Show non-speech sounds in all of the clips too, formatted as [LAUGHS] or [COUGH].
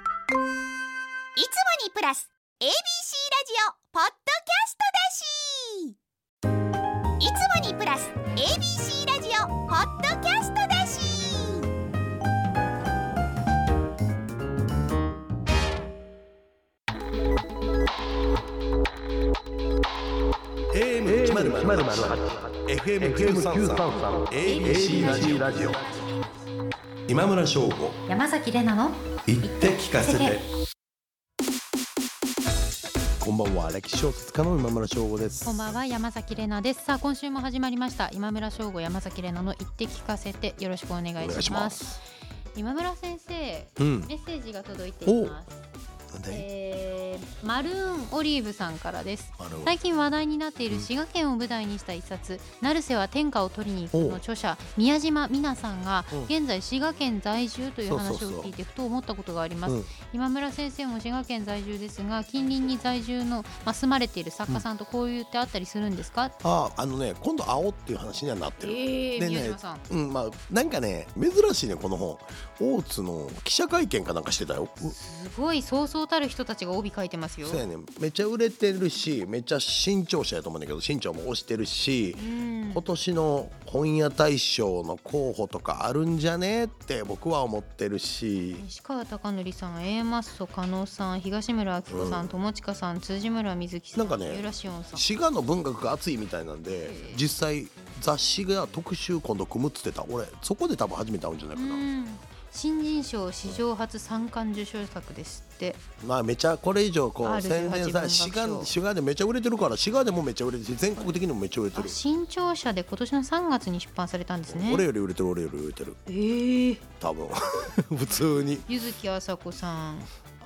いつもにプラス ABC ラジオポッドキャストだしいつもにプラス ABC ラジオポッドキャストだし今村翔吾山崎れなの言って聞かせてこんばんは歴史小説家の今村翔吾ですこんばんは山崎れなですさあ今週も始まりました今村翔吾山崎れなの言って聞かせてよろしくお願いしおます願いします今村先生メうんッセージが届いていますなんでえー、マルーンオリーブさんからですあの最近話題になっている滋賀県を舞台にした一冊「成瀬は天下を取りに行く」の著者宮島美奈さんがうん現在滋賀県在住という話そうそうそをう聞いてふと思ったことがありますうん今村先生も滋賀県在住ですが近隣に在住の、まあ、住まれている作家さんと交流ってあったりするんですか、ああのね今度会おうっていう話にはなってるええねえねえ宮島さんうんまあなんかね珍しいねこの本大津の記者会見かなんかしてたよすごいそうそうたる人たちが帯書いてますよそうやねめっちゃ売れてるしめっちゃ新潮社やと思うんだけど新潮も推してるしうん今年の本屋大賞の候補とかあるんじゃねって僕は思ってるし石川貴教さん A マッソ加納さん東村明子さん、うん友近さん辻村瑞希さんなんかねユラシオンさん滋賀の文学が熱いみたいなんでえ実際雑誌が特集今度組むっつってた俺そこで多分初めて会うんじゃないうかな、ん新人賞史上初三冠受賞作ですってまあめちゃこれ以上こうある宣伝さ18滋文賀学賞滋賀でめちゃ売れてるから滋賀でもめちゃ売れてるし全国的にもめちゃ売れてある、新潮社で今年の3月に出版されたんですね俺より売れてる俺より売れてるええ多 [LAUGHS] 分普通に柚木あさこさん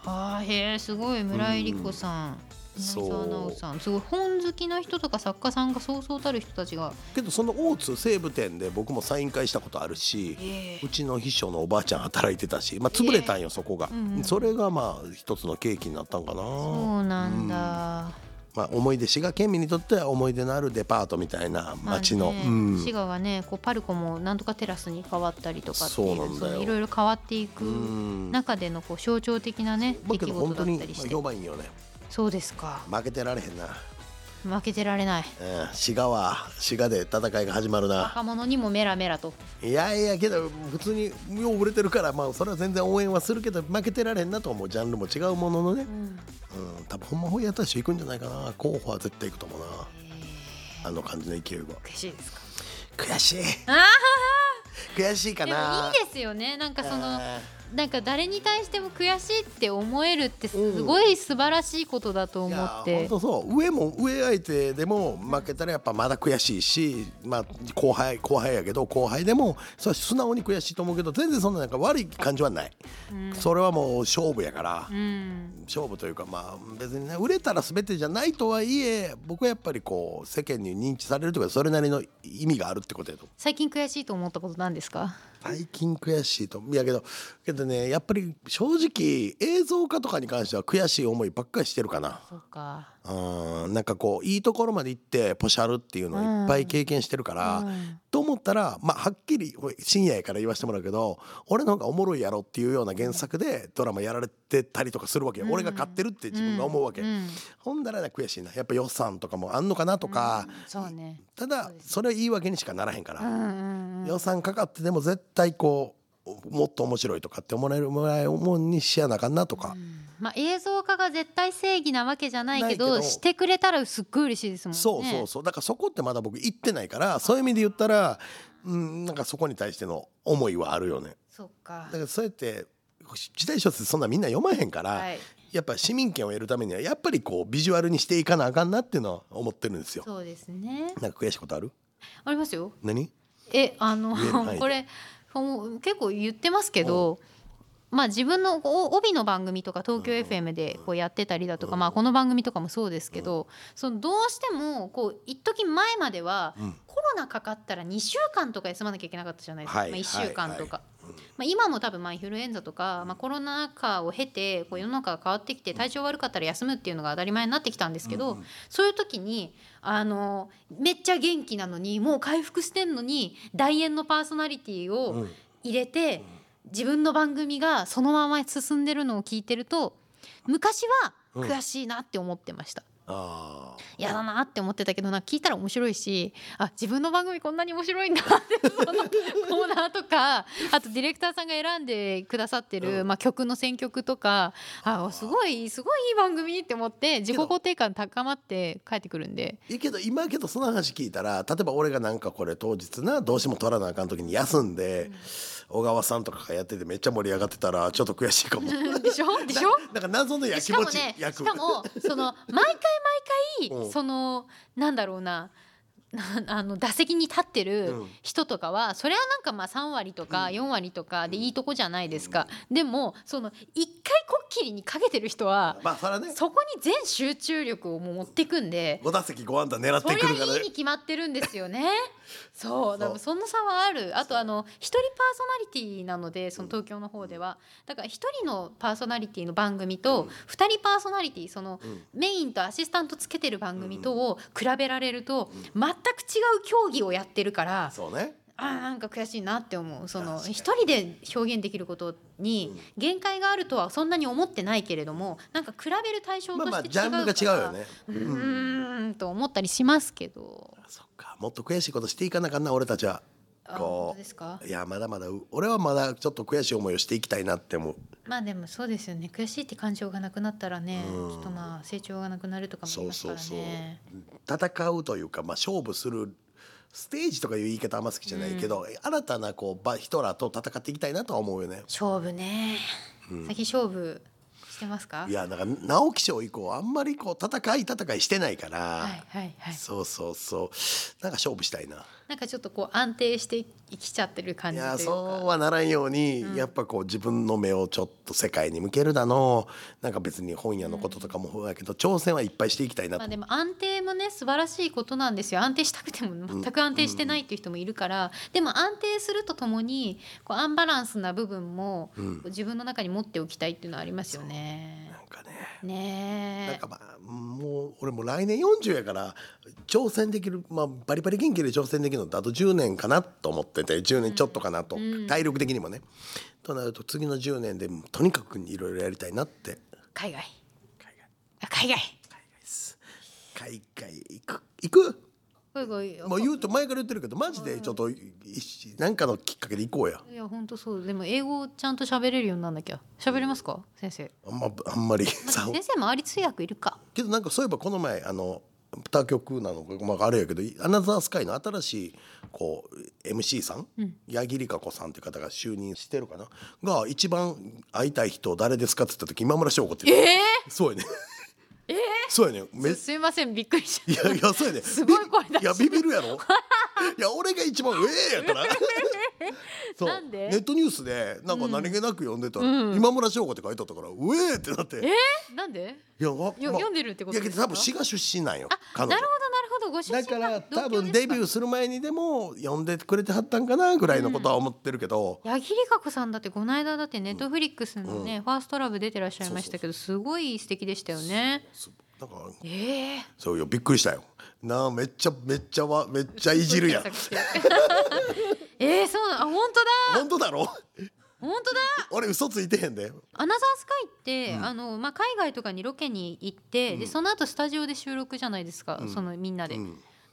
あーへえすごい村井理子さんそう柳沢直さんすごい本好きの人とか作家さんがそうそうたる人たちがけどその大津西武店で僕もサイン会したことあるしうちの秘書のおばあちゃん働いてたし、まあ、潰れたんよそこが、うんうんそれがまあ一つの契機になったんかなそうなんだ、まあ、思い出滋賀県民にとっては思い出のあるデパートみたいなまあね街の、うん滋賀はねこうパルコもなんとかテラスに変わったりとかっていそううなんだよそのいろいろ変わっていうくんだ中でのこう象徴的なね出けど来事本当だっにたりして評判いいよねそうですか負けてられへんな、負けてられないうん、滋賀は滋賀で戦いが始まるな若者にもメラメラといやいやけど普通によう売れてるからまあそれは全然応援はするけど負けてられへんなと思うジャンルも違うもののね、うん、多分ほんま本屋大賞行くんじゃないかな候補は絶対行くと思うなあの感じの勢いは悔しいですか悔しいあはは悔しいかでもないいですよねなんかそのあなんか誰に対しても悔しいって思えるってすごい素晴らしいことだとーい思やって、本当そう上も上相手でも負けたらやっぱまだ悔しいし、まあ、後輩後輩やけど後輩でもそれは素直に悔しいと思うけど全然そんななんか悪い感じはない、うんそれはもう勝負やから、うん勝負というかまあ別にね売れたら全てじゃないとはいえ僕はやっぱりこう世間に認知されるというかそれなりの意味があるってことやと思う最近悔しいと思ったことなんですか最近悔しいといやけどけどねやっぱり正直映像化とかに関しては悔しい思いばっかりしてるかな。そうかうんなんかこういいところまで行ってポシャるっていうのをいっぱい経験してるから、うんと思ったら、まあ、はっきりおい深夜やから言わせてもらうけど俺の方がおもろいやろっていうような原作でドラマやられてたりとかするわけよ、うん俺が勝ってるって自分が思うわけ、んほんだらね悔しいなやっぱ予算とかもあんのかなとか、そうねただそれは言い訳にしかならへんかうんら、うんうん予算かかってでも絶対こうもっと面白いとかって思えるもらえるもんにしやなあかんなとか、まあ、映像化が絶対正義なわけじゃないけどないけどしてくれたらすっごい嬉しいですもんねそうそうそうだからそこってまだ僕行ってないからそういう意味で言ったらうんなんかそこに対しての思いはあるよね。そうかだからそうやって時代小説そんなみんな読まへんから、はいやっぱ市民権を得るためにはやっぱりこうビジュアルにしていかなあかんなっていうのは思ってるんですよ。そうですねなんか悔しいことあるありますよ何えあの言える範囲でこれもう結構言ってますけど、まあ、自分のお帯の番組とか東京 FM でこうやってたりだとか、まあ、この番組とかもそうですけど、そのどうしてもこう一時前まではうんコロナかかったら2週間とか休まなきゃいけなかったじゃないですか、はいまあ、1週間とか。はいはいまあ、今も多分まあインフルエンザとか、まあ、コロナ禍を経てこう世の中が変わってきて体調悪かったら休むっていうのが当たり前になってきたんですけど、うんうんそういう時にあのめっちゃ元気なのにもう回復してんのに大演のパーソナリティうをん入れて、自分の番組がそのまま進んでるのを聞いてると昔は悔しいなって思ってました。あ嫌だなって思ってたけどなんか聞いたら面白いしあ自分の番組こんなに面白いんだって [LAUGHS] そのコーナーとかあとディレクターさんが選んでくださってる、うんまあ、曲の選曲とかあすごいすごいいい番組って思って自己肯定感高まって帰ってくるんでいいけど今やけどその話聞いたら例えば俺がなんかこれ当日などうしても取らなあかん時に休んで、小川さんとかがやっててめっちゃ盛り上がってたらちょっと悔しいかもでしょでしょなんか謎のやしきかももちね役しかもその毎回毎う回んそのなんだろうななあの打席に立ってうるん人とかは、それはなんかまあ3割とか4割とかでいいとこじゃないですか、でもその1回こっきりにかけてる人はまあそれはねそこに全集中力をもう持ってくんで5打席5安打狙っそてりくるからゃいいねに決まってるんです [LAUGHS] よねそうだかそうらその差はあるあとあの一人パーソナリティなのでその東京の方ではだから一人のパーソナリティの番組と二人パーソナリティそのうんメインとアシスタントつけてる番組とを比べられると全く違う競技をやってるからそうねあーなんか悔しいなって思うその確かに一人で表現できることに限界があるとはそんなに思ってないけれどもなんか比べる対象まあとましあて違うジャンルが違うよねうーんと思ったりしますけど。そっかもっと悔しいことしていかなあかんな俺たちはあ本こ当ですかういやまだまだう俺はまだちょっと悔しい思いをしていきたいなって思うまあでもそうですよね悔しいって感情がなくなったらねうんちょっとまあ成長がなくなるとかもありそうますかそらうね。そう戦うというか、まあ、勝負するステージとかいう言い方あんま好きじゃないけど、新たなこうば人らと戦っていきたいなとは思うよね。勝負ね、先勝負してますかいやなんか直木賞以降あんまりこう戦い戦いしてないから、はいはいはいそうそうそうなんか勝負したいな。なんかちょっとこう安定してきちゃってる感いじというやかそうはならんように、やっぱこう自分の目をちょっと世界に向けるだのなんか別に本屋のこととかもそうやけど、挑戦はいっぱいしていきたいなまあと、でも安定もね素晴らしいことなんですよ安定したくても全く安定してないっていう人もいるから、でも安定するとともにこうアンバランスな部分もうんこう自分の中に持っておきたいっていうのはありますよね。なんかねねえなんかまあもう俺も来年40やから挑戦できる、まあ、バリバリ元気で挑戦できるのってあと10年かなと思ってて10年ちょっとかなと、体力的にもね。となると次の10年でもうとにかくいろいろやりたいなって海外海外あ海外海外行く行く海外もう言うと前から言ってるけどマジでちょっと何かのきっかけで行こうやいや本当そうでも英語ちゃんと喋れるようになんなきゃ喋れますか先生あんまあんまりまあさ先生周り通訳いるかけどなんかそういえばこの前あの他局なのか、まあ、あれやけど「アナザースカイ」の新しいこう MC さん、八木里香子さんって方が就任してるかなが一番会いたい人誰ですかって言った時今村翔吾って言うえそうやねえそうやねめえいすいませんびっくりしやいやそうやねすごい声出していやビビるやろいや俺が一番上やから [LAUGHS] そうなんでネットニュースでなんか何気なく読んでたら、今村翔吾って書いてあったから上えってなってたなんでいや、わよまあ読んでるってこといやけどですか多分滋賀出身なんよな彼るほどな女るほどご出だ身からが多分デビューーする前にでも呼んでくれてはったんかなぐらいのことは思ってるけど、八木里香子さんだってこの間だってネットフリックスのね、ファーストラブ出てらっしゃいましたけどすごい素敵でしたよねすなんかええそうよびっくりしたよなあめっちゃめっちゃわめっちゃいじ [LAUGHS] るやんえー、そうなのあ本当だ本当だろ本当だ俺嘘ついてへんでアナザースカイって、あのまあ、海外とかにロケに行って、でその後スタジオで収録じゃないですか、そのみんなで。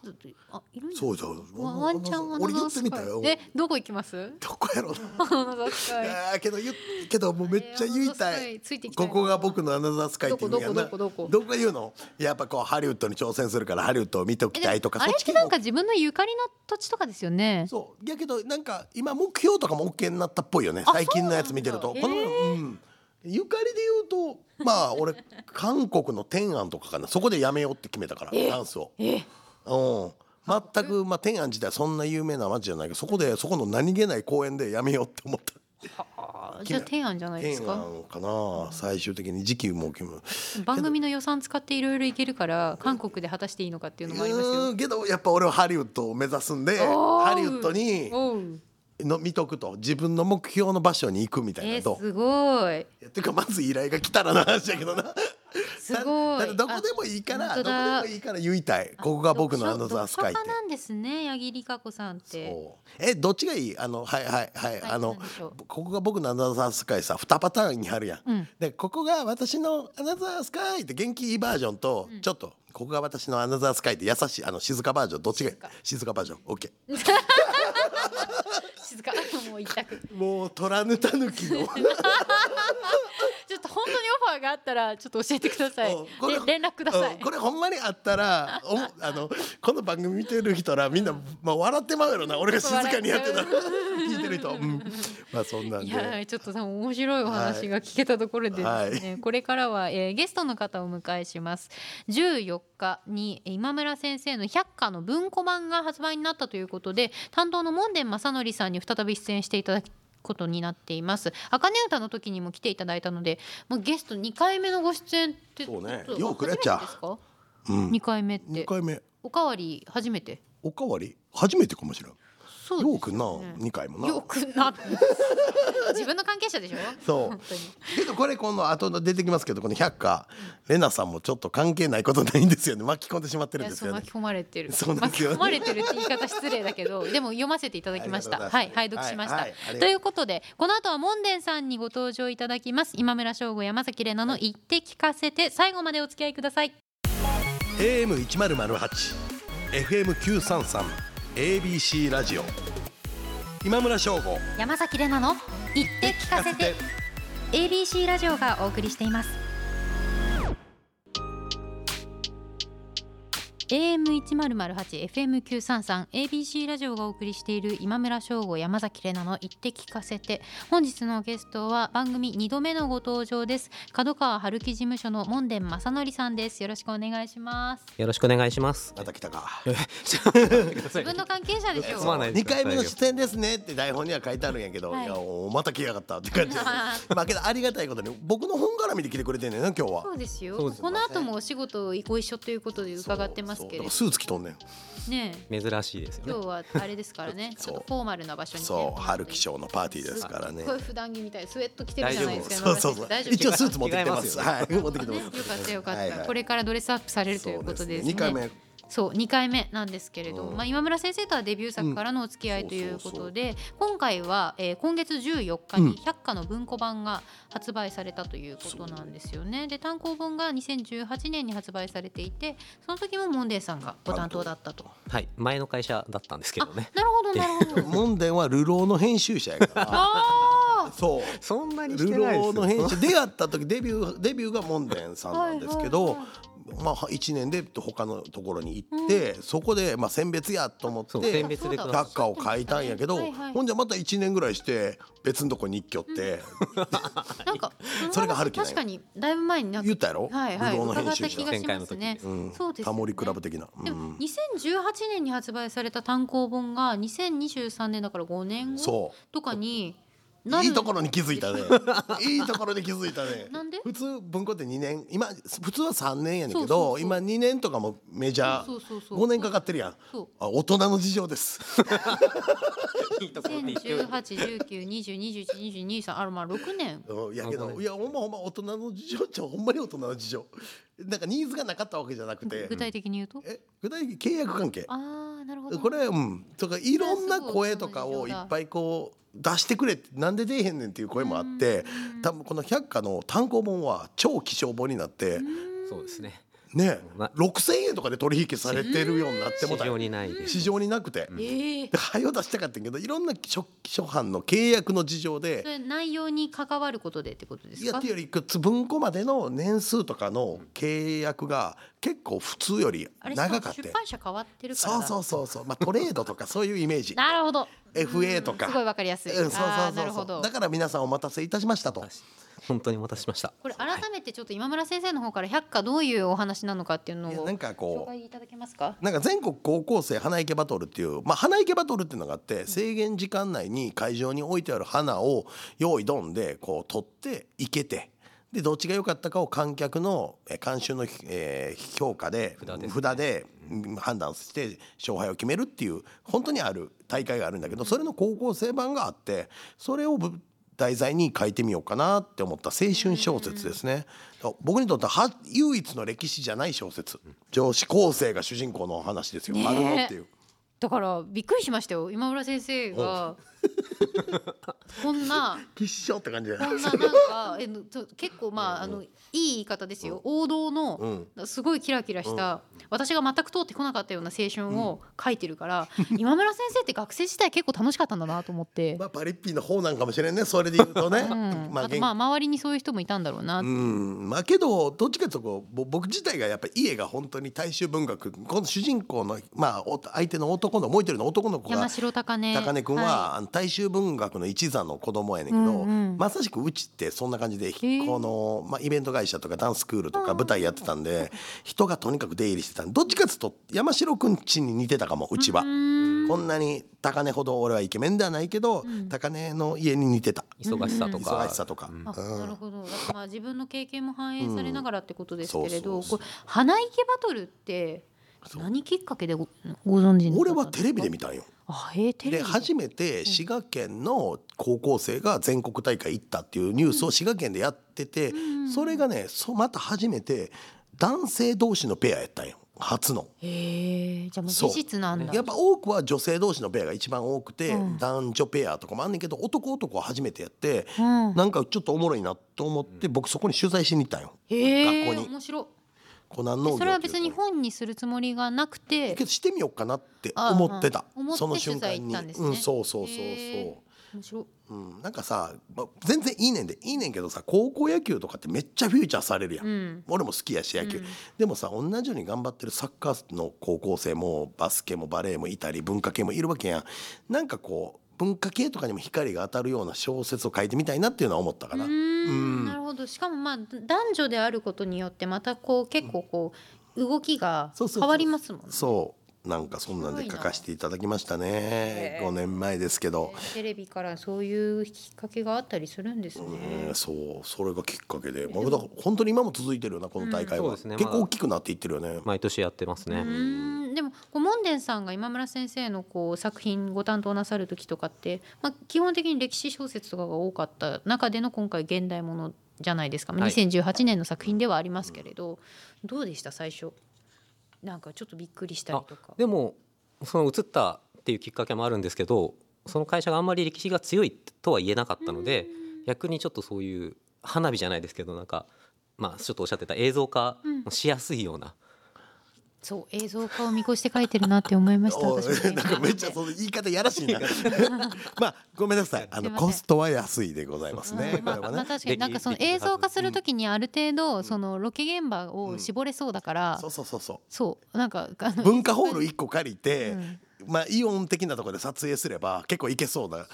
だってあいるんじゃないそうそうわワンチャンアナ俺ザ言ーってスみたカよイ。えどこ行きます？ [LAUGHS] どこやろうアナザースカな、イ。いやけど言っけどもうめっちゃ言いたあれアナザースカイいついてきたいこなこが僕のアナザースカイっていうんやなどこどこどこどこが言うのやっぱこうハリウッドに挑戦するからハリウッドを見ておきたいとかあれそっっちて系なもんか自分のゆかりの土地とかですよね。そうやけどなんか今目標とかも OK になったっぽいよねあ最近のやつ見てるとそうこなんのだ前、うん、ゆかりで言うとまあ俺韓国の天安とかかなそこでやめようって決めたからダンスを。えうん全く、まあ、天安自体そんな有名な街じゃないけどそこでそこの何気ない公園でやめようって思った。あじゃあ提案じゃないで天すか。安かな最終的に時期も決め番組の予算使っていろいろ行けるから韓国で果たしていいのかっていうのもありますよ。うんけどやっぱ俺はハリウッドを目指すんでおうハリウッドにおうの見とくと自分の目標の場所に行くみたいえなーと、すごいいやてかまず依頼が来たらな話だけどなすごいたただどこでもいいからあど本当こだでもいいから言いたいここが僕のアナザースカイって読書読書家なんですね八木里香子さんってそうえどっちがいいあのはいはいはい、はいあの何でしょうここが僕のアナザースカイさ2パターンにあるやん、うんでここが私のアナザースカイって元気いいバージョンと、ちょっとここが私のアナザースカイって優しいあの静かバージョンどっちがいい静か静かバージョン OK 静かもう一択もう虎ぬたぬきのちょっと本当にオファーがあったらちょっと教えてくださいおこれで連絡くださいうんこれほんまにあったらおあのこの番組見てる人らみんな、まあ、笑ってまうやろな俺が静かにやってたら笑聞いてる人、うん、まあそんなんいでやちょっと多分面白いお話が聞けたところでですね、はいこれからは、えーゲストの方をお迎えします14日にえー今村先生の百科の文庫版が発売になったということで担当の門田正則さんに再び出演していただくことになっています茜歌の時にも来ていただいたのでもうゲスト2回目のご出演ってそうねちょっとようくれっちゃ初めてですかうん2回目っ二て回目おかわり初めておかわり初めてかもしれんそうですようくんな二回もよなく [LAUGHS] な自分の関係者でしょそう本当にけどこれ今度後で出てきますけどこの百科レナさんもちょっと関係ないことないんですよね巻き込んでしまってるんいやですそうよね巻き込まれてるそうなんですよね巻き込まれてるって言い方失礼だけ [LAUGHS] どでも読ませていただきましたありがとうござはいまいす拝読しました、はいはいということでこの後は門田さんにご登場いただきます今村翔吾山崎怜奈の言って聞かせて最後までお付き合いください AM 一ゼロゼロ八 FM 九三三 ABC ラジオ今村翔吾山崎怜奈の言って聞かせて ABC ラジオがお送りしています AM1008、FM933、ABC ラジオがお送りしている今村翔吾、山崎怜奈の言って聞かせて本日のゲストは番組2度目のご登場です角川春樹事務所の門田正則さんですよろしくお願いしますよろしくお願いします。また来たか自分の関係者でしょすまうないで二すか回目の出演ですねって台本には書いてあるんやけど、はいい、やおまた来やがったって感じです [LAUGHS] まあけどありがたいことに僕の本絡みで来てくれてんねんな今日はそうですよそうですねこの後もお仕事ご一緒ということで伺ってまそうすけれだどからスーツ着とんねんねえ珍しいですよね今。日はあれですからね [LAUGHS] ちそうょっとフォーマルな場所にねそう春樹賞のパーティーですからねすごい普段着みたいスウェット着てるじゃないですかそうそうそう今村先生大丈夫一応スですーツ持ってきて [LAUGHS] ます違いはい持ってきてねますよかったよかった、はいはいこれからドレスアップされるということでそうですねすね二回目そう2回目なんですけれども、うんまあ、今村先生とはデビュー作からのお付き合いということで、今回は、えー今月14日うんに百科の文庫版が発売されたということなんですよね。で単行本が2018年に発売されていてその時もモンデーさんがご担当だったと。はい、前の会社だったんですけどね。なるほどなるほど。門田はルローの編集者やか [LAUGHS] [LAUGHS] あらそうそんなにしルてロないでーすのよ。編集出会った時デビューデビューが門田さんなんですけどはいはまあ1年で他のところに行って、そこでまあ選別やと思っそう選て別でくださ学科を変えたんやけど、はいはいほんじゃまた1年ぐらいして別のとこに行きよって、あなんかそれが春樹なんよ確かにだいぶ前になんか言ったやろはいはいブドウの伺編っ集た者気がし前回まのす時ねね。うんそうですよねタモリクラブ的な。でうもん2018年に発売された単行本が2023年だから5年後そうとかにいいところに気づい [LAUGHS] たね。いいところで気づいたね。なんで普通文庫って2年、今普通は3年やねんけそうそど、うそう今2年とかもメジャそうーそうそうそう5年かかってるやん。そうあ大人の事情です。いいところに行っておいて20181920212223あらまあ6年うんいやけなんかどねいやほんまほんま大人の事情っちゃほんまに大人の事情。なんかニーズがなかったわけじゃなくて具、体的に言うとえ具体的に契約関係。ああなるほどこれうんとかいろんな声とかをいっぱいこう出してくれってなんで出えへんねんっていう声もあってうん多分この百科の単行本は超希少本になってそうですね。ねな6,000円とかで取引されてるようになっても市た場にないです。市場になくて。ええで早う出したかったんやけどいろんな初初版の契約の事情そでれ内容に関わることでってことですいやかっていうより文庫までの年数とかの契約が結構普通よりあれ長かっしかもて出版社変わってるからそうだそうそうそうまあトレードとかそういうイメー [LAUGHS] ジなるほど FA とかすごいわかりやすいうん、そうあそーうそなるうそほうどだから皆さんお待たせいたしましたと本当にお待たせしました。これ改めてちょっと今村先生の方から百科どういうお話なのかっていうのいやをなんか紹こう介いただけますか。なんか全国高校生花いけバトルっていう、まあ、花いけバトルっていうのがあって制限時間内に会場に置いてある花を用意どんでこう取っていけてでどっちが良かったかを観客のえー観衆の、えー評価で札ですね札でうん判断して勝敗を決めるっていう本当にある大会があるんだけどそれの高校生版があってそれをぶ題材に書いてみようかなって思った青春小説ですね、僕にとってはは唯一の歴史じゃない小説女子高生が主人公の話ですよ、ねえ丸のっていうだからびっくりしましたよ今村先生がこんな吉祥って感じでこんななんかえのと結構まああのいい言い方ですよ王道のすごいキラキラした私が全く通ってこなかったような青春を書いてるから今村先生って学生時代結構楽しかったんだなと思って [LAUGHS] [LAUGHS] ま。あパリッピーの方なんかもしれんねそれで言うとね、うんまああとまあ周りにそういう人もいたんだろうなってうん、まあけどどっちかというとこうぼ僕自体がやっぱり家が本当に大衆文学この主人公の、まあ、お相手の男のもう一人の男の子山が城高根高根君は、はあの大衆文学の一座の子供やねんけど、うんうんまさしくうちってそんな感じで、ーこの、まあ、イベント会社とかダンスクールとか舞台やってたんで、人がとにかく出入りしてたんでどっちかというと山城君ちに似てたかもうちは。いうんこんなに高根ほど俺はイケメンではないけど、高根の家に似てた忙しさとか忙しさとか。うんあうんなるほどだからまあ自分の経験も反映されながらってことですけれうど、んそうそうそうこれ花いけバトルって何きっかけでごご存知の俺はテレビで見たたんよ。あえー、テレビで初めて滋賀県の高校生が全国大会行ったっていうニュースを滋賀県でやっててそれがねそうまた初めて男性同士のペアやったんよ初の。へえじゃあもうそう事実なんだやっぱ多くは女性同士のペアが一番多くてうん男女ペアとかもあんねんけど男男は初めてやってうん、なんかちょっとおもろいなと思って僕そこに取材しに行ったんよ。へえ学校に面白いコナン農業ってでいうそれは別に本にするつもりがなくてけどしてみようかなって思ってたああ思ってその瞬間取材行っにたんですねうんそうそうそうへそうー。面白いうん、なんかさ、ま全然いいねんでいいねんけどさ高校野球とかってめっちゃフューチャーされるやん、うん俺も好きやし野球、うんでもさ同じように頑張ってるサッカーの高校生もバスケもバレーもいたり文化系もいるわけやんなんかこう文化系とかにも光が当たるような小説を書いてみたいなっていうのは思ったかうな、ーうんんなるほどしかもまあ男女であることによってまたこう結構こう動きがそうそうそう変わりますもんねそうなんかそんなんで書かせていただきましたね5年前ですけど、テレビからそういうきっかけがあったりするんですね。うんそうそれがきっかけで、まあ、だから本当に今も続いてるよなこの大会は、うんそうですね結ま構だ大きくなっていってるよね、毎年やってますうね。ーんでもこう門伝さんが今村先生のこう作品ご担当なさる時とかって、まあ、基本的に歴史小説とかが多かった中での今回現代ものじゃないですか、まあはい2018年の作品ではありますけれど、どうでした最初なんかちょっとびっくりしたりあとか。でもその移ったっていうきっかけもあるんですけどその会社があんまり歴史が強いとは言えなかったので逆にちょっとそういう花火じゃないですけどなんかまあちょっとおっしゃってた映像化もしやすいような、そう映像化を見越して書いてるなって思いま [LAUGHS] したおい私もねなんかめっちゃその言い方やらしい [LAUGHS] な。 [LAUGHS] まあごめんなさい。あすのいませんコストは安いでございますね。これまはあ、まあね。確かになんかその映像化するときにある程度そのロケ現場を絞れそうだから、そうそうそうそそうなんかあう。の文化ホール一個借り [LAUGHS] て、まあイオン的なところで撮影すれば結構いけそうな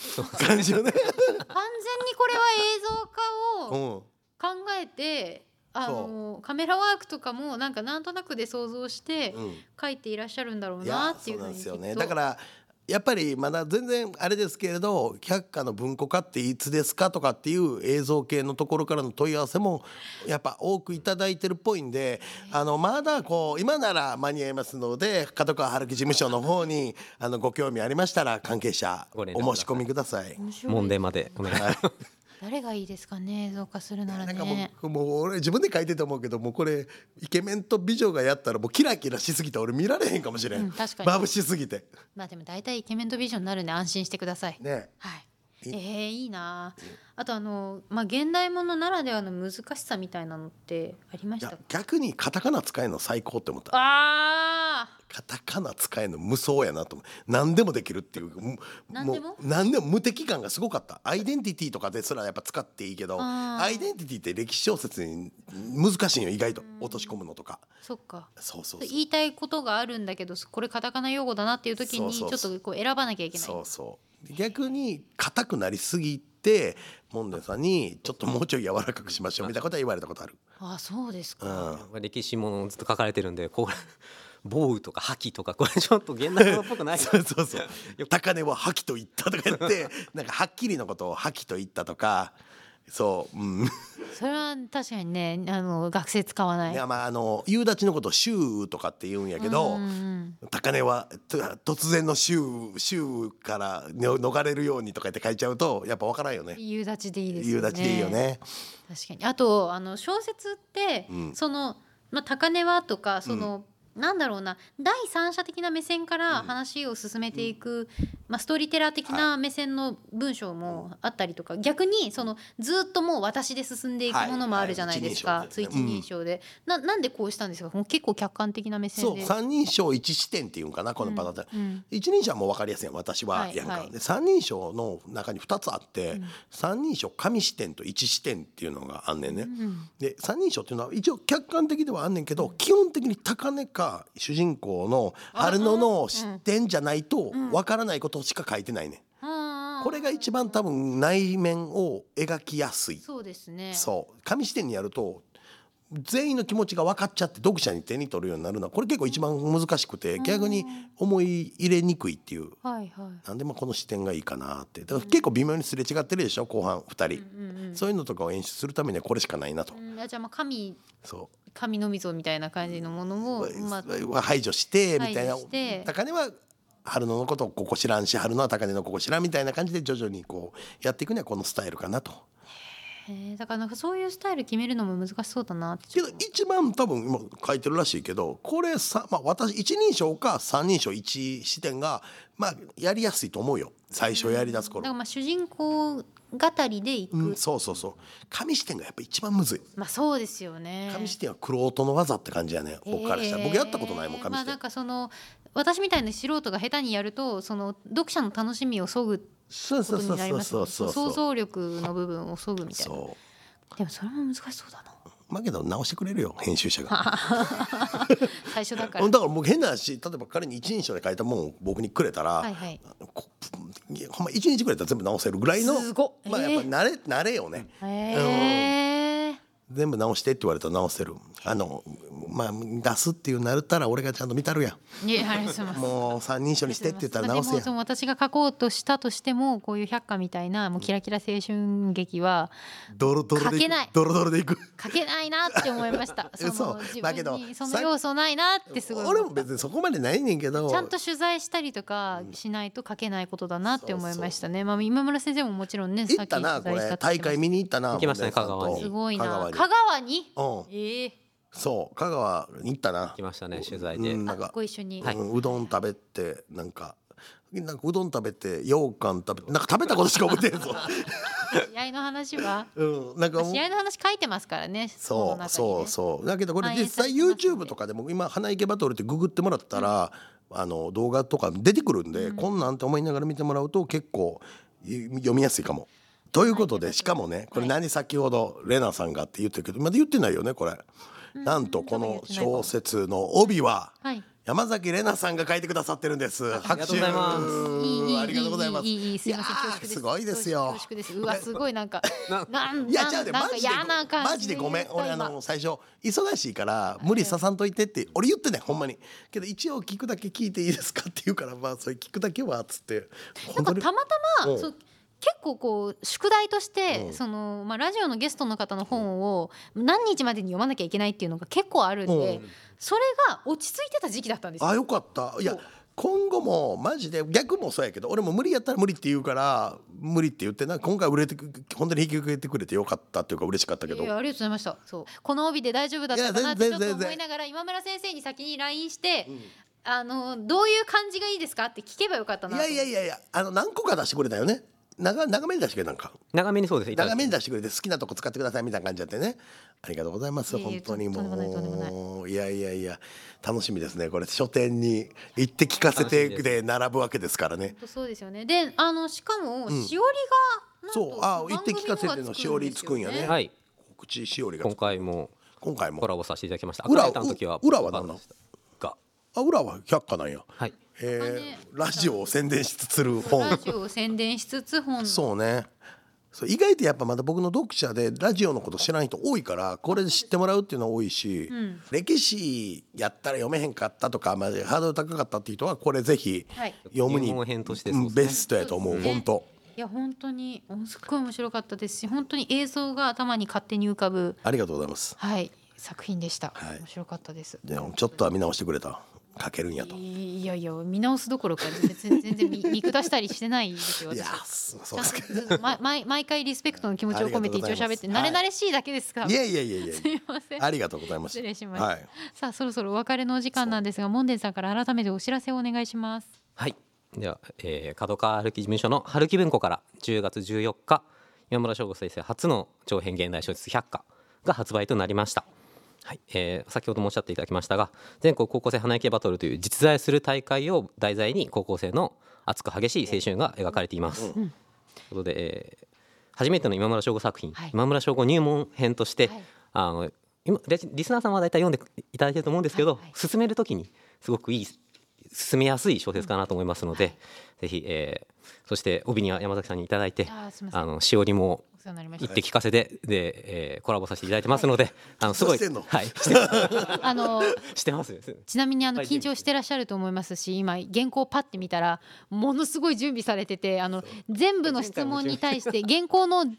感じよ [LAUGHS] ね。完全にこれは映像う化をん。考えて、あのカメラワークとかもなんかなんとなくで想像してうん書いていらっしゃるんだろういなやってそいううふなうんにですきっよね。とだからやっぱりまだ全然あれですけれど百科の文庫化っていつですかとかっていう映像系のところからの問い合わせもやっぱ多くいただいてるっぽいんであのまだこう今なら間に合いますので角川春樹事務所の方にあのご興味ありましたら関係者ご連絡くおださい申し込みください。面白い問題までお願いします誰がいいですかね映像化するならなんかね。もうもう俺自分で書いてて思うけどもうこれイケメンと美女がやったらもうキラキラしすぎて俺見られへんかもしれん、うん確かに眩しすぎてまあでも大体イケメンと美女になるんで安心してください。ねはい。えいー、いいなあ。あとあのまあ現代ものならではの難しさみたいなのってありまいしたやか。逆にカタカナ使えるの最高って思ったああ。カタカナ使えんの無双やなと思う何でもできるっていうもう何でもう何でも無敵感がすごかったアイデンティティとかですらやっぱ使っていいけどあーアイデンティティって歴史小説に難しいんよ意外と落とし込むのとかそっか。そうそうそう言いたいことがあるんだけどこれカタカナ用語だなっていう時にちそょうそっうそうとこう選ばなきゃいけないそうそう逆に硬くなりすぎてモンデンさんにちょっともうちょい柔らかくしましょうみたいなことは言われたことある、あそうですうか、ん、歴史ものずっと書かれてるんでこれ [LAUGHS] 暴雨とか覇気とかこれちょっと現代語っぽくな [LAUGHS] いそうそう [LAUGHS] そう。高値は覇気と言ったとか言って、なんかはっきりのことを覇気と言ったとか。そう、うん、いそれは確かにねあの学生使わないやまああの夕立のこと「週雨」とかって言うんやけど、うんうん高値はと突然の週週からの逃れるようにとかって書いちゃうとやっぱ分からんよね夕立ちでいいです夕よね立でいいよね確かにあとあの小説って、うんその、まあ、高値はとかその、なんだろうな第三者的な目線から話を進めていく、まあ、ストーリーテラー的な目線の文章もあったりとか、逆にそのずっともう私で進んでいくはいものもあるじゃないですか、はいつい一人称ですね一人称で、ななんでこうしたんですかもう結構客観的な目そ線うで。三人称一視点っていうんかなこのパターン、うん一人称はもう分かりやすいやん私ははいやんか、はいで三人称の中に二つあって、うん三人称上視点と一視点っていうのがあんねんね、うんで三人称っていうのは一応客観的ではあんねんけど基本的に高根か主人公の春野の視点じゃないと分からないことしか書いてないねんあーこれが一番多分内面を描きやすいそうですねそう紙視点にやると全員の気持ちが分かっちゃって読者に手に取るようになるのはこれ結構一番難しくて逆に思い入れにくいっていうはいはいなんでまあこの視点がいいかなってだから結構微妙にすれ違ってるでしょ後半2人うんうんそういうのとかを演出するためにはこれしかないなとうんあじゃあまあ神そう神のみぞみたいな感じのものを、まあ、は排除してみたいな排除して高根は春野のことをここ知らんし春野は高根のここ知らんみたいな感じで徐々にこうやっていくにはこのスタイルかなと。へーだからなんかそういうスタイル決めるのも難しそうだなってちけょっどと一番多分今書いてるらしいけどこれさ、まあ、私一人称か三人称一視点がまあやりやすいと思うよ最初やりだすだか頃、らまあ主人公語りでいく、うん、そうそうそう紙視点がやっぱ一番むずいまあそうですよね紙視点は玄人の技って感じやね僕からしたら、えー僕やったことないもん紙まあ視な点ん、かその私みたいな素人が下手にやるとその読者の楽しみを削ぐそうこそとうにそうなりそうますねそうそう想像力の部分を削ぐみたいなそでもそれも難しそうだなうまあけど直してくれるよ編集者が最初だかだらから僕変な話例えば彼に一人称で書いたもんを僕にくれたら、はいはいこいやほんま一日くれたら全部直せるぐらいのすごっまあやっぱ慣れ慣れよね、へえ全部直してって言われたら直せるあのまあ出すっていうなるったら俺がちゃんと見たるやいやありがとうございまんすもう三人称にしてって言ったら直すやでもそんの私が書こうとしたとしてもこういう百科みたいなもうキラキラ青春劇はドロドロで書いけくないドロドロでいく書けないなって思いました [LAUGHS] 嘘その自だけど分にその要素ないなってすごい俺思もった別にそこまでないねんけどちゃんと取材したりとかしないと書けないことだなって思いましたねまあ今村先生ももちろんね行さっっきた取なこ材したれ大って言ってま会見に行ったな行きましたね本田さんと香川にすごいな香川に香川にうんええそう香川に行ったな来ました [LAUGHS] ね取材で、うんあなんかご一緒に、うんうどん食べてなんかなんかうどん食べて羊羹食べてなんか食べたことしか覚えてへん [LAUGHS] ぞ、試合の話はうん、なんかもう試合の話書いてますからねそ本の中にうそねうそうだけどこれ反映実され際てますよね YouTube とかでも今「花いけバトル」ってググってもらったら、あの動画とか出てくるんで、こんなんて思いながら見てもらうと結構い読みやすいかも。ということでしかもねこれ何先ほどレナさんがって言ってるけどまだ言ってないよねこれ。なんとこの小説の帯ははい山崎レナさんが書いてくださってるんです。拍手。ありがとうございますいいいいいいありがとうございます。いいいいすいませんやー恐縮ですすごいですよ恐縮ですうわすごいな [LAUGHS] んかななんいやなんちゃうでなマんかジで嫌な感じマジでごめん俺あ今の最初忙しいから無理ささんといてって俺言ってねほんまにけど一応聞くだけ聞いていいですかって言うからまあそれ聞くだけはっつって本なんか当にたまたうまんそう結構こう宿題として、うんそのまあ、ラジオのゲストの方の本を何日までに読まなきゃいけないっていうのが結構あるんで、うんそれが落ち着いてた時期だったんですよ。あよかったいやそう今後もマジで逆もそうやけど俺も無理やったら無理って言うから無理って言ってな今回売れてく本当に引き受けてくれてよかったっていうか嬉しかったけいどやいやありがとうございましたそうこの帯で大丈夫だったかなっていちや全然ょっと思全い然ながら今村先生に先に LINE して、あのどういう感じがいいですかって聞けばよかったいなとやいやいやいやあの何個か出してくれたよね長長めに出してくれたんか長めにそうですいた長だきめますに出してくれて好きなとこ使ってくださいみたいな感じだってねありがとうございますいえいえ本当にとんでもないとんでもないもういやいやいや楽しみですねこれ書店に行って聞かせて楽しみで並ぶわけですからね本当そうですよねであのしかも、んしおりがそうあ行って聞かせてのしおりつくんやねい、はい告知しおりが今回も今回コもラボさせていただきました。裏アクターの時はう裏は何なのがあ裏は百科なんやはい。え百科ねー、ラジオを宣伝しつつるラ本ジオを宣伝しつつ本そうねそう意外とやっぱまだ僕の読者でラジオのこと知らない人多いからこれで知ってもらうっていうのは多いし、ん歴史やったら読めへんかったとか、まあ、ハードル高かったっていう人はこれぜひはい読むに入門編としてうんそうですねベストやと思う、そうですね本当いや本当にすっごい面白かったですし本当に映像が頭に勝手に浮かぶ、ありがとうございますはい、作品でした、はい面白かったですでもちょっとは見直してくれた書けるんやといいやいや見直すどころか別に全然見 [LAUGHS] 見下したりしてないですよ私やーすそうですかちゃんとま [LAUGHS] 毎毎回リスペクトの気持ちを込めて一応喋ってあ慣れりがとうございます慣れしいだけですが、いやいやいやいやすいませんありがとうございました失礼しました、はいさあそろそろお別れのお時間なんですがモンデンさんから改めてお知らせをお願いしますはい。では、えー、角川春樹事務所の春樹文庫から10月14日、今村翔吾先生初の長編現代小説百科が発売となりました。はい、えー先ほどもおっしゃっていただきましたが全国高校生花いけバトルという実在する大会を題材に高校生の熱く激しい青春が描かれています。ということで、えー初めての今村翔吾作品、はい今村翔吾入門編として、はいあの今レジリスナーさんは大体読んでいただいてると思うんですけど、はいはい進めるときにすごくいい進めやすい小説かなと思いますので、ぜひ、えーそして帯には山崎さんにいただいてあーすみませんあのしおりもお世話になりまし一た滴聞かせて、で、えーコラボさせていただいてますので、あのすごいそうしてんのはいして [LAUGHS] [LAUGHS] あのしてますちなみにあのはい緊張してらっしゃると思いますし今原稿をパッて見たらものすごい準備されててあの全部の質問に対して原稿の原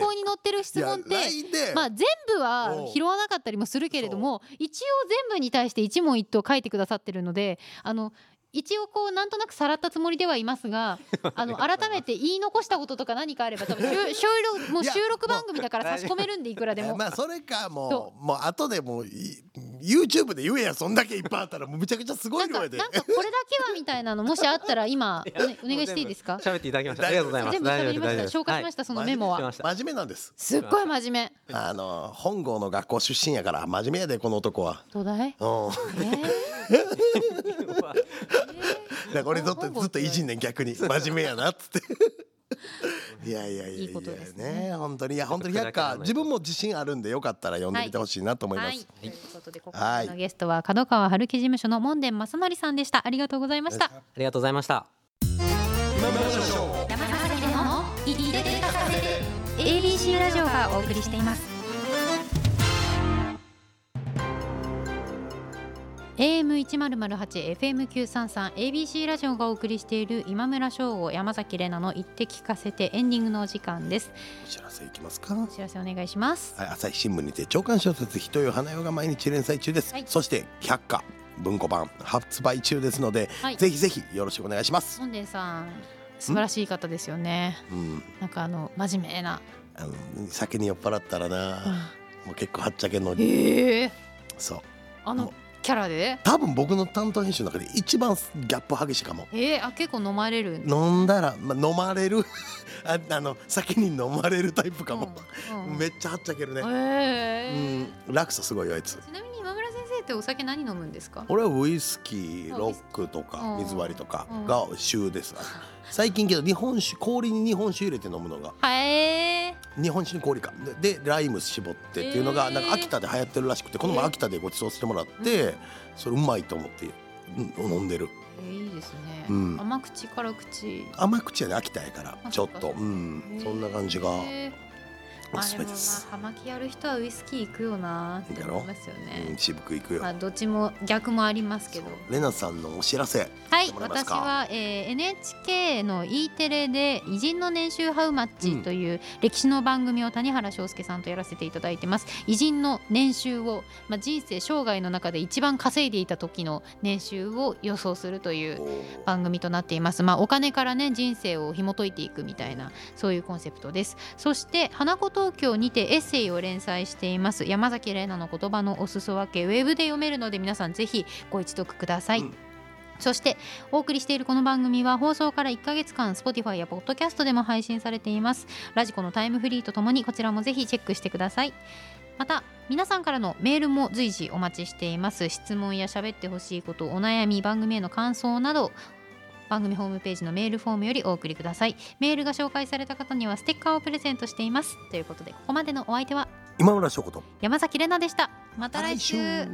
稿に載ってる質問っいやて LINE でまあ全部は拾わなかったりもするけれども一応全部に対して一問一答書いてくださってるのであの一応こうなんとなくさらったつもりではいますがあの改めて言い残したこととか何かあれば多分収収録もういや収録番組だから差し込めるんでいくらでえーも。まあそれかもうもう後でもうい YouTube で言えやそんだけいっぱいあったらもうめちゃくちゃすごないんかな量んかこでれだけはみたいなのもしあったら今お,、ね、お願いしていいですか喋っていただきましたありがとうございます全部喋りました紹介しましたたそのメモは真面目なんですすっごい真面目あの本郷の学校出身やから真面目やでこの男はどうだいうんえーだから俺にとってずっといじんねん逆に真面目やなっつって [LAUGHS] いやいやいやいやいいことですねね本当にいや本当にちょっと百暗くならな科いと自分も自信あるんでよかったら読んでみてほしいなと思います、はい、ということで、ここのゲストは角川春樹事務所の門田正則さんでした。ありがとうございました。ありがとうございました山崎でもいいでかさで ABC ラジオがお送りしています AM 一ゼロゼロ八、FM 九三三、ABC ラジオがお送りしている今村翔吾、山崎怜奈の言って聞かせてエンディングのお時間です。お知らせいきますかはお知らせお願いします。い朝日新聞にて長官小説「ひとよ花よ」が毎日連載中です、はいそして百科文庫版発売中ですので、はいぜひぜひよろしくお願いします、門田さん、素晴らしい方ですよね。うん、なんかあの真面目な。あの酒に酔っ払ったらな、もう結構はっちゃけんのにええー、そうあのキャラで。多分僕の担当編集の中で一番ギャップ激しいかもええー、あ、結構飲まれる。飲んだら、まあ、飲まれる [LAUGHS] ああの先に飲まれるタイプかも、うんうんめっちゃはっちゃけるね、ええー。うん落差すごいよあいつちなみに今村先生ってお酒何飲むんですか。俺はウイスキーあロックとかウイスキー水割りとかうんが主です最近けど日本酒氷に日本酒入れて飲むのがはい。日本酒に氷かででライム絞ってっていうのがへーなんか秋田で流行ってるらしくてこの前へー秋田でごちそうしてもらってそれうまいと思ってうん飲んでるえいいですね、うん甘口辛口甘口やね秋田やからあちょっそとっかうんそんな感じがへーおあすすでめもですまあ葉巻やる人はウイスキー行くよなって思いますようんね、渋くいくよまあどっちも逆もありますけどレナさんのお知らせはいしてもらえます私かは、えー NHK の E テレで「偉人の年収ハウマッチ」という歴史の番組を谷原章介さんとやらせていただいてます偉人の年収を、まあ、人生生涯の中で一番稼いでいた時の年収を予想するという番組となっています。まあ、お金からね人生を紐解いていくみたいなそういうコンセプトです。そして花子東京にてエッセイを連載しています山崎怜奈の言葉のお裾分けウェブで読めるので皆さんぜひご一読ください。うんそしてお送りしているこの番組は放送から1ヶ月間 Spotify や Podcast でも配信されていますラジコのタイムフリーとともにこちらもぜひチェックしてくださいまた皆さんからのメールも随時お待ちしています質問や喋ってほしいことお悩み番組への感想など番組ホームページのメールフォームよりお送りくださいメールが紹介された方にはステッカーをプレゼントしていますということでここまでのお相手は今村翔子と山崎れなでしたまた来週週